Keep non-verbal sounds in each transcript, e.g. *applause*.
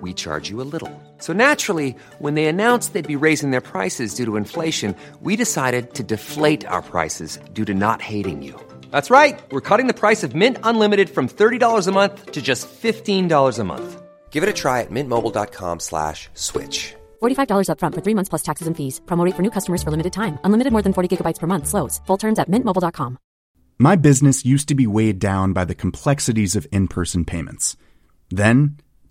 we charge you a little. So naturally, when they announced they'd be raising their prices due to inflation, we decided to deflate our prices due to not hating you. That's right. We're cutting the price of Mint Unlimited from $30 a month to just $15 a month. Give it a try at mintmobile.com slash switch. $45 upfront for three months plus taxes and fees. Promo rate for new customers for limited time. Unlimited more than 40 gigabytes per month. Slows. Full terms at mintmobile.com. My business used to be weighed down by the complexities of in person payments. Then,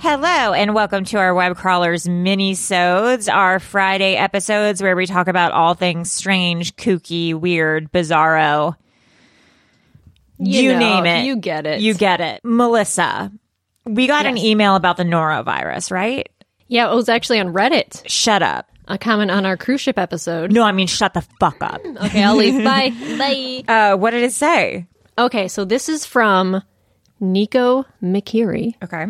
Hello and welcome to our web crawlers mini-sodes, our Friday episodes where we talk about all things strange, kooky, weird, bizarro. You, know, name it. you get it. You get it. Melissa, we got an Yes. email about the norovirus, right? Yeah, it was actually on Reddit. Shut up. A comment on our cruise ship *laughs* episode. No, I mean shut the fuck up. Okay, I'll leave. Bye. *laughs* Bye. Uh, what did it say? Okay, so this is from Nico McKeary, Okay.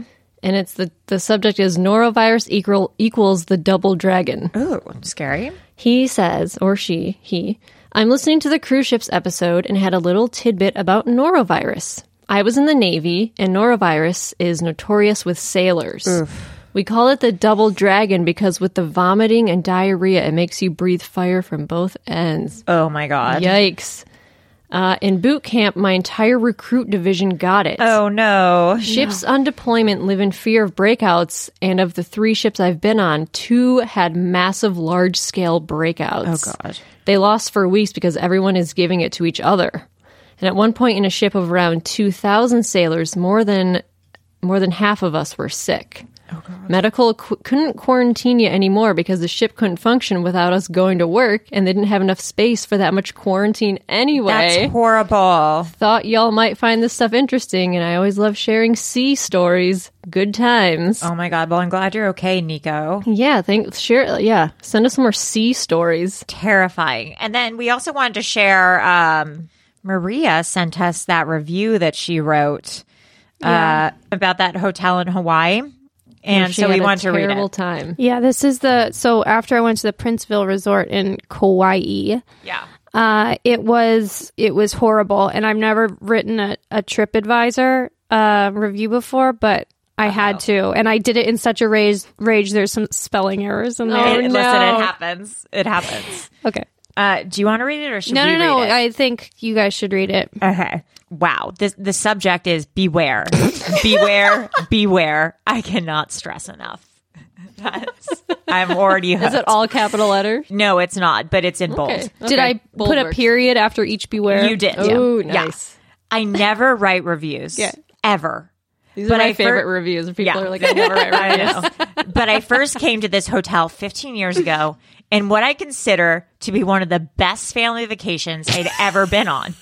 and it's the the subject is norovirus equal, equals the double dragon. Ooh, scary. He says, or she, he, I'm listening to the cruise ships episode and had a little tidbit about norovirus. I was in the Navy, and norovirus is notorious with sailors. We call it the double dragon because with the vomiting and diarrhea, it makes you breathe fire from both ends. Oh my god. Yikes. Uh, in boot camp, my entire recruit division got it. Oh no. Ships on deployment live in fear of breakouts, and of the three ships I've been on, two had massive large scale breakouts. Oh, God. They lost for weeks because everyone is giving it to each other. And at one point in a ship of around 2,000 sailors, more than more than half of us were sick. Oh, Medical qu- couldn't quarantine you anymore because the ship couldn't function without us going to work, and they didn't have enough space for that much quarantine anyway That's horrible. thought y'all might find this stuff interesting, and I always love sharing sea stories. Good times. Oh my god. Well, I'm glad you're okay, Nico. Yeah, thanks. Share. Yeah, send us more sea stories. terrifying. And then we also wanted to share um, Maria sent us that review that she wrote uh, about that hotel in Hawaii. And She so we had a wanted to read terrible it. time. Yeah, this is the so after I went to the Princeville Resort in Kauai, Yeah. uh, it was it was horrible, and I've never written a, a TripAdvisor uh, review before, but I had to, and I did it in such a rage. Rage, there's some spelling errors Oh, in there. Oh, It- Listen, it happens. It happens. Okay, Uh, do you want to read it or should no, we no, no. read it? I think you guys should read it. okay. Wow. This, the subject is *laughs* beware. beware. Beware. I cannot stress enough. *laughs* That's, I'm already hooked. Is it all capital letters? no, it's not, but it's in bold. Did I put a period after each beware? You did. Oh, Yeah. nice. I never write reviews. Yeah. Ever. These But are my I fir- favorite reviews. People Yeah. are like, I *laughs* never write I reviews. know. but I first came to this hotel 15 years ago and what I consider to be one of the best family vacations I'd ever been on.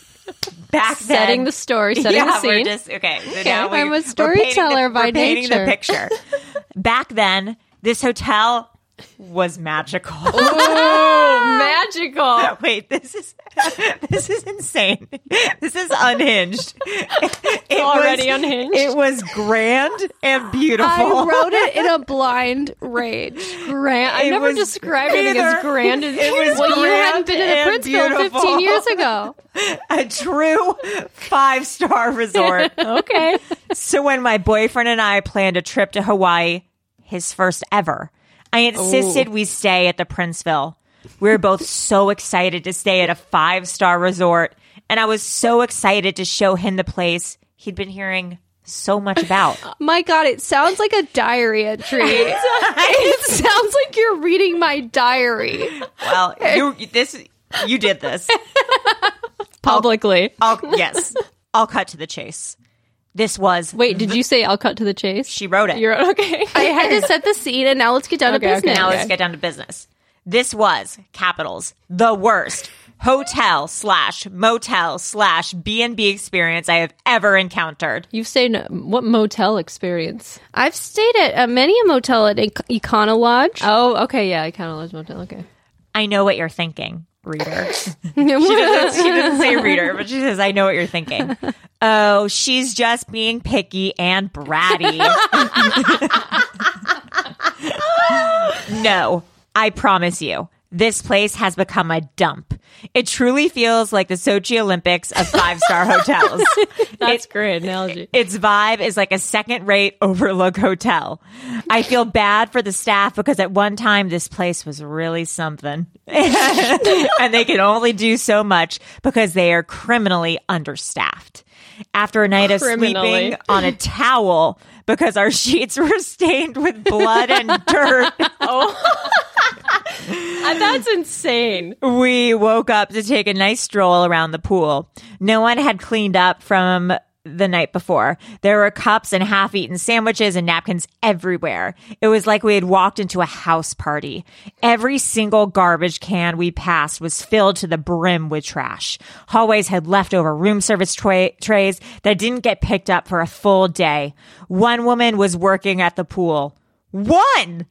back then. Setting the story, setting the yeah, We're scene. just, okay, so now we, I'm a we're painting storyteller the, by we're painting the nature. picture. back then, this hotel was magical. Ah! magical. *laughs* Wait, this is this is insane. This is unhinged. *laughs* It Already unhinged. It was grand and beautiful. I wrote *laughs* it in a blind rage. Grand. I It never was described anything either- as grand *laughs* as it was well, you grand hadn't been in and a Princeville beautiful. 15 years *laughs* ago. *laughs* a true five star resort. Okay. so when my boyfriend and I planned a trip to Hawaii, his first ever, I insisted we stay at the Princeville. We were both so excited to stay at a five star resort, and I was so excited to show him the place he'd been hearing so much about. My God, it sounds like a diary *laughs* entry. it sounds like you're reading my diary. *laughs* Well, you this you did this. Publicly. *laughs* I'll yes. I'll cut to the chase. This was Wait, did you say I'll cut to the chase? she wrote it. You're *laughs* okay. I had to set the scene, and now let's get down Okay, to okay, business. now let's get down to business. This was capitals the worst hotel slash motel slash B and B experience I have ever encountered. You've stayed in a- what motel experience? I've stayed at uh, many a motel at Ec- Econo Lodge. Oh, okay. Yeah, I kind of lodge motel. Okay. I know what you're thinking, reader. She doesn't, she doesn't say reader, but she says, I know what you're thinking. Oh, she's just being picky and bratty. *laughs* no, I promise you, this place has become a dump. It truly feels like the Sochi Olympics of five star hotels. That's *laughs* great analogy. Its vibe is like a second rate *laughs* overlook hotel. I feel bad for the staff because at one time this place was really something. *laughs* and they can only do so much because they are criminally understaffed. After a night of Criminally. sleeping on a towel because our sheets were stained with blood and dirt, That's insane. we woke up to take a nice stroll around the pool. No one had cleaned up from the night before. There were cups and half eaten sandwiches and napkins everywhere. It was like we had walked into a house party. Every single garbage can we passed was filled to the brim with trash. Hallways had leftover room service tra- trays that didn't get picked up for a full day. One woman was working at the pool. One!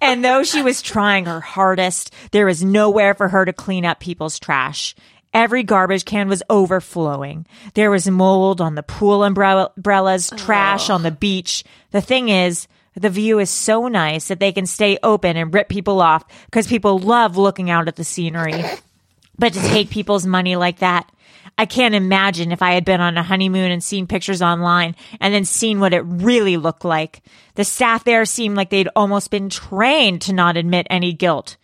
And though she was trying her hardest, there was nowhere for her to clean up people's trash. Every garbage can was overflowing. There was mold on the pool umbrella- umbrellas, trash on the beach. The thing is, the view is so nice that they can stay open and rip people off because people love looking out at the scenery. But to take people's money like that, I can't imagine if I had been on a honeymoon and seen pictures online and then seen what it really looked like. The staff there seemed like they'd almost been trained to not admit any guilt.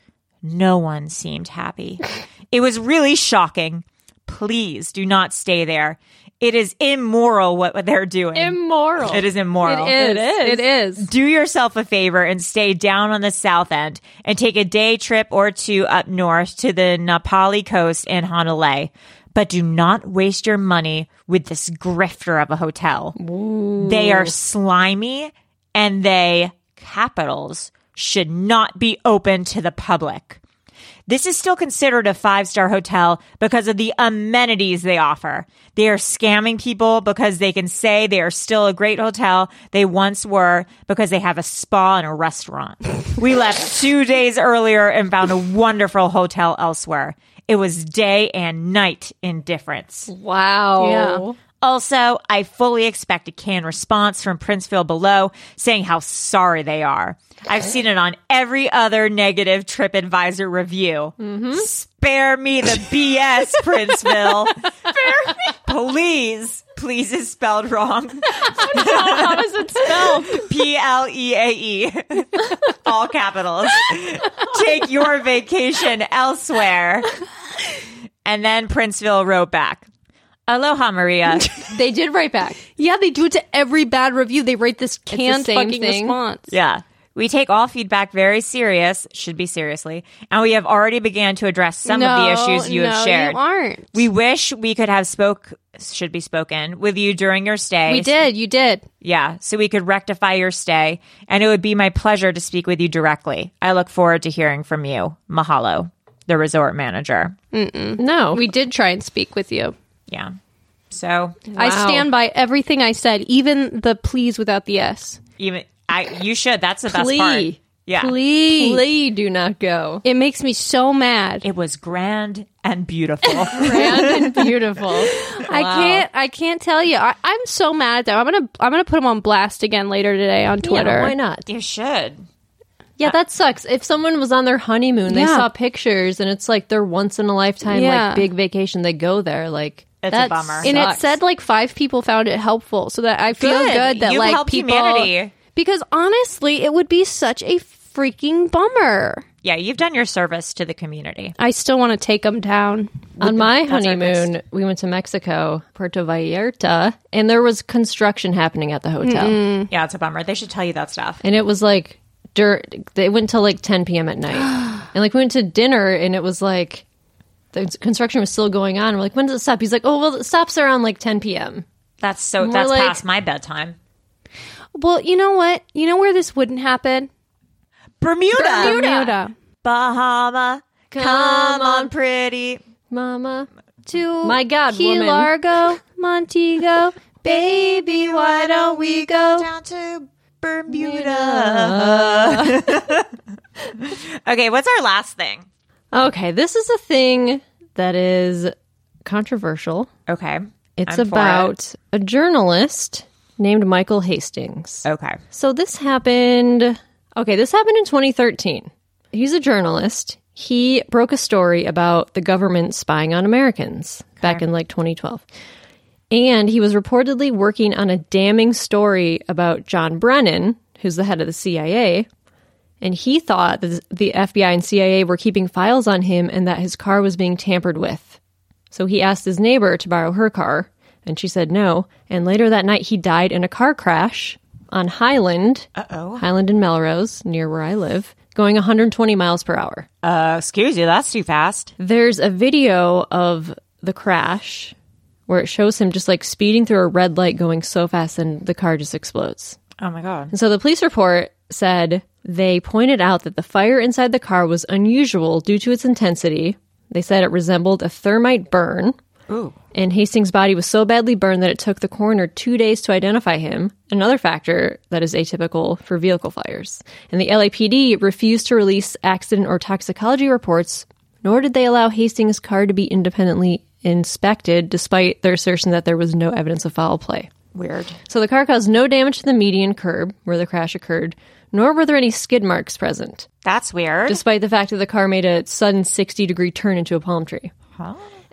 No one seemed happy. It was really shocking. Please do not stay there. It is immoral what they're doing. Immoral. it is immoral. It is. It is. Do yourself a favor and stay down on the south end and take a day trip or two up north to the Nepali coast and Honolulu. But do not waste your money with this grifter of a hotel. They are slimy and they, capitals, should not be open to the public. This is still considered a five star hotel because of the amenities they offer. They are scamming people because they can say they are still a great hotel they once were because they have a spa and a restaurant. we left two days earlier and found a wonderful hotel elsewhere. It was day and night indifference. Oh. Wow. Yeah. Also, I fully expect a canned response from Princeville below saying how sorry they are. I've seen it on every other negative TripAdvisor review. Spare me *laughs* the BS, Princeville. Spare me. Please. Please is spelled wrong. How is it spelled? P L E A E. All capitals. Take your vacation elsewhere. And then Princeville wrote back Aloha, Maria. they did right back. Yeah, they do it to every bad review. They write this canned same fucking thing. response. Yeah. We take all feedback very serious, should be seriously, and we have already began to address some of the issues you no, have shared. You aren't. We wish we could have spoke should be spoken with you during your stay. We did. You did. Yeah, so we could rectify your stay, and it would be my pleasure to speak with you directly. I look forward to hearing from you. Mahalo. the resort manager. No. We did try and speak with you. Yeah. So I stand by everything I said, even the please without the S. even I, you should. That's the best part. Plea. Yeah. Please. Plea do not *laughs* go. It makes me so mad. It was grand and *laughs* beautiful. Grand and beautiful. I can't. I can't tell you. I, I'm so mad at them. I'm gonna. I'm gonna put them on blast again later today on Twitter. Yeah, why not? you should. Yeah, that sucks. If someone was on their honeymoon, they Yeah. saw pictures, and it's like their once in a lifetime, Yeah. like big vacation. They go there, like It's a that bummer. sucks. And it said like five people found it helpful, so that I feel Good. good, that You've like helped people. humanity. Because honestly, it would be such a freaking bummer. Yeah, you've done your service to the community. I still want to take them down. on my our honeymoon, we went to Mexico, Puerto Vallarta, and there was construction happening at the hotel, Yeah, it's a bummer. They should tell you that stuff. and it was like dirt. They went till like 10 p.m. at *gasps* night, and like we went to dinner, and it was like the construction was still going on. We're like, when does it stop? He's like, oh well, it stops around like 10 p.m. That's so. that's like- past my bedtime. Well, you know what? You know where this wouldn't happen? Bermuda, Bermuda. Bahama. Come, on, pretty. Mama, To My God, Key woman. Largo, Montego, baby, why don't we go? down to Bermuda. *laughs* okay, what's our last thing? Okay, this is a thing that is controversial. Okay. It's I'm for about a journalist named Michael Hastings. Okay. So this happened. Okay, this happened in 2013. He's a journalist. He broke a story about the government spying on Americans back in like 2012. And he was reportedly working on a damning story about John Brennan, who's the head of the CIA. And he thought that the FBI and CIA were keeping files on him and that his car was being tampered with. So he asked his neighbor to borrow her car, and she said no. And later that night, he died in a car crash on Highland, Uh-oh. Highland and Melrose, near where I live, going 120 miles per hour. Uh, excuse you, that's too fast. There's a video of the crash where it shows him just like speeding through a red light going so fast, and the car just explodes. Oh my god. And so the police report said they pointed out that the fire inside the car was unusual due to its intensity. They said it resembled a thermite burn. And Hastings' body was so badly burned that it took the coroner two days to identify him, another factor that is atypical for vehicle fires. And the LAPD refused to release accident or toxicology reports, nor did they allow Hastings' car to be independently inspected, despite their assertion that there was no evidence of foul play. Weird. So the car caused no damage to the median curb where the crash occurred, nor were there any skid marks present, That's weird. despite the fact that the car made a sudden 60 degree turn into a palm tree.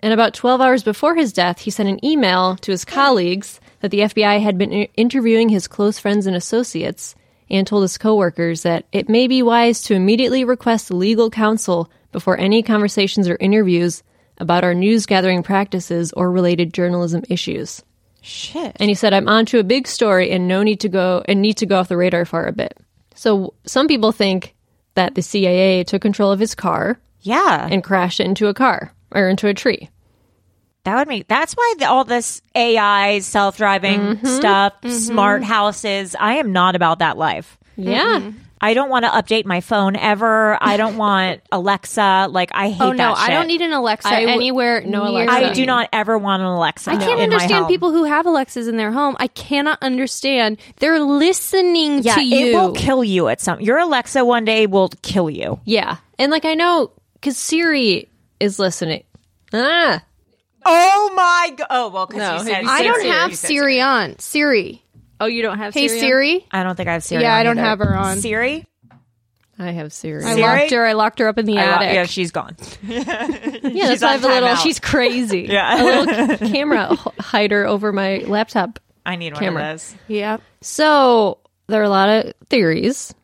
And about 12 hours before his death, he sent an email to his colleagues that the FBI had been i- interviewing his close friends and associates and told his coworkers that it may be wise to immediately request legal counsel before any conversations or interviews about our news gathering practices or related journalism issues. Shit. And he said, "I'm onto a big story and no need to go and need to go off the radar for a bit." So some people think that the CIA took control of his car Yeah. and crashed it into a car or into a tree. That would make that's why the, all this AI self driving Mm-hmm, stuff, smart houses. I am not about that life. Yeah. I don't want to update my phone ever. I don't *laughs* want Alexa. Like I hate Oh no, that I shit. don't need an Alexa I w- anywhere. no near Alexa. I me. do not ever want an Alexa. I can't in my understand home. people who have Alexas in their home. I cannot understand. They're listening Yeah, to you. it will kill you at some. Your Alexa one day will kill you. Yeah. And like I know cuz Siri is listening. Ah. Oh my god! Oh well, because No, you said have you I said don't Siri. have Siri on. Siri. Oh, you don't have Hey Siri? Siri. I don't think I have Siri. Yeah, on I don't either. have her on. Siri. I have Siri. I Siri? locked her. I locked her up in the I lo- attic. yeah, she's gone. yeah, that's she's why I on have a little timeout. she's *laughs* crazy. Yeah. A little c- camera h- hider over my laptop I need one Camera. of those. yeah. So there are a lot of theories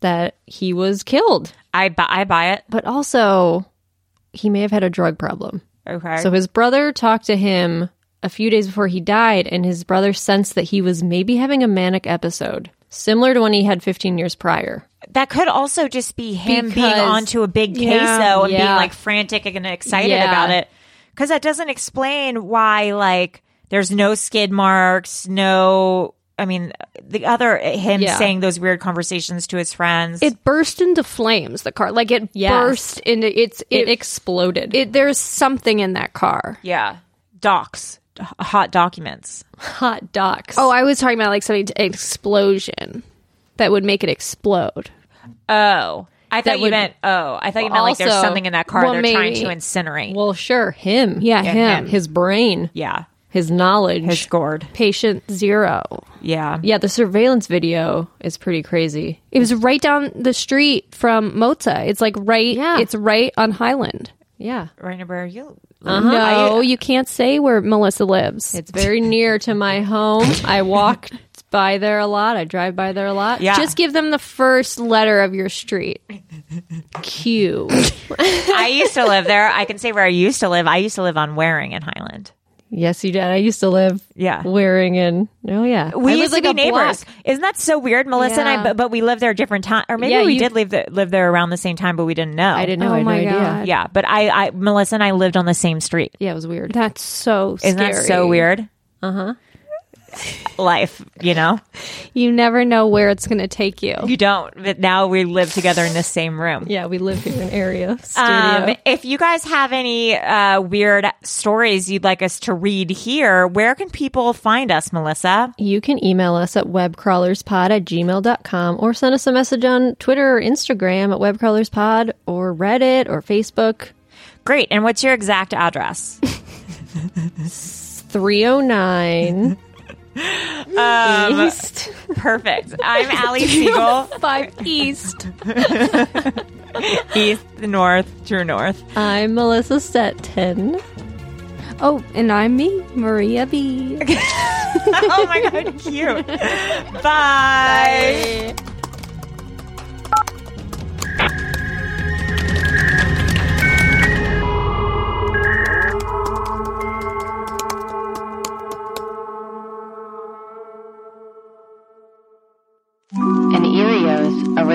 that he was killed, I buy. I buy it. but also he may have had a drug problem. Okay. So his brother talked to him a few days before he died, and his brother sensed that he was maybe having a manic episode, similar to when he had 15 years prior. That could also just be him being Because- onto a big case Yeah, though and being yeah. like frantic and excited Yeah. about it. Cause that doesn't explain why like there's no skid marks, no I mean, the other him Yeah. saying those weird conversations to his friends. It burst into flames. The car, like it Yes. burst into it's It it, exploded. it- There's something in that car. yeah, docs, h- hot documents. hot docs. Oh, I was talking about like something an explosion that would make it explode. Oh, I thought That you would- meant. Oh, I thought you meant like there's Also- something in that car well, they're trying maybe- to incinerate. well, sure, him. Yeah, him. His brain, yeah, his knowledge. his gourd. Patient zero. Yeah, yeah, the surveillance video is pretty crazy. It was right down the street from Mota. It's like right. Yeah. It's right on Highland. Yeah. Rainerberg, you. Uh-huh. No, you can't say where Melissa lives. It's very near to my home. I walk by there a lot. I drive by there a lot. Yeah, Just give them the first letter of your street. Q. I used to live there. I can say where I used to live. I used to live on Waring in Highland. Yes, you did. I used to live Yeah. wearing in. Oh yeah, We I used lived to like be a block. neighbors. Isn't that so weird, Melissa and I? Yeah. But, but we lived there different time, or maybe Yeah, we you- did live the, live there around the same time, but we didn't know. I didn't know. Oh I had my no idea. God. Yeah, but I, I Melissa and I lived on the same street. Yeah, it was weird. That's so Isn't scary. that so weird? Uh Uh-huh. huh. Life, you know, You never know where it's going to take you. you don't. But now we live together in the same room. Yeah, we live here in area studio. Um, if you guys have any uh, weird stories you'd like us to read here, where can people find us, Melissa? you can email us at webcrawlerspod at gmail.com or send us a message on Twitter or Instagram at webcrawlerspod or Reddit or Facebook. Great. And what's your exact address? *laughs* 309 East. Perfect. I'm Allie Siegel, Five East. *laughs* East, North, True North. I'm Melissa Stetton. Oh, and I'm me, Maria B. Oh my God, cute. Bye. An Erios